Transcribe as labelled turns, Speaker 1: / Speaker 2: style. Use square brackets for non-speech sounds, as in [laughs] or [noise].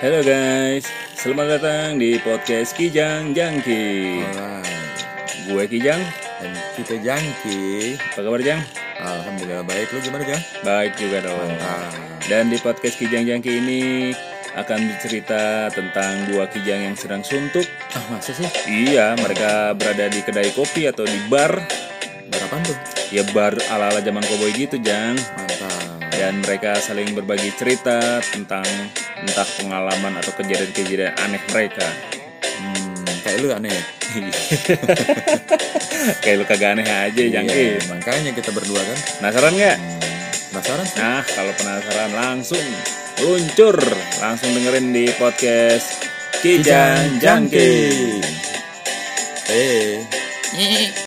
Speaker 1: Halo guys, selamat datang di podcast Kijang Jangki.
Speaker 2: Alright.
Speaker 1: Gue Kijang,
Speaker 2: Nah, Dan kita jangki.
Speaker 1: apa kabar Jang?
Speaker 2: Alhamdulillah baik. Lu gimana Ah, Jang?
Speaker 1: Baik juga dong.
Speaker 2: Mantap.
Speaker 1: Dan di podcast Kijang Jangki ini akan bercerita tentang dua kijang yang sedang suntuk.
Speaker 2: Ah masa sih?
Speaker 1: Iya, mereka berada di kedai kopi atau di bar.
Speaker 2: Berapaan tuh?
Speaker 1: Ya bar ala-ala zaman koboi gitu, Jang.
Speaker 2: Mantap.
Speaker 1: Dan mereka saling berbagi cerita tentang entah pengalaman atau kejadian-kejadian aneh mereka. [laughs]
Speaker 2: Hmm, kayak lu aneh. ya?
Speaker 1: Kayak lu kagak aneh aja, Jangki.
Speaker 2: Iya, Makanya kita berdua kan. Hmm,
Speaker 1: Penasaran nggak?
Speaker 2: Penasaran sih?
Speaker 1: Nah, kalau penasaran langsung luncur, langsung dengerin di Iya, podcast Kijang Jangki.
Speaker 2: Eh.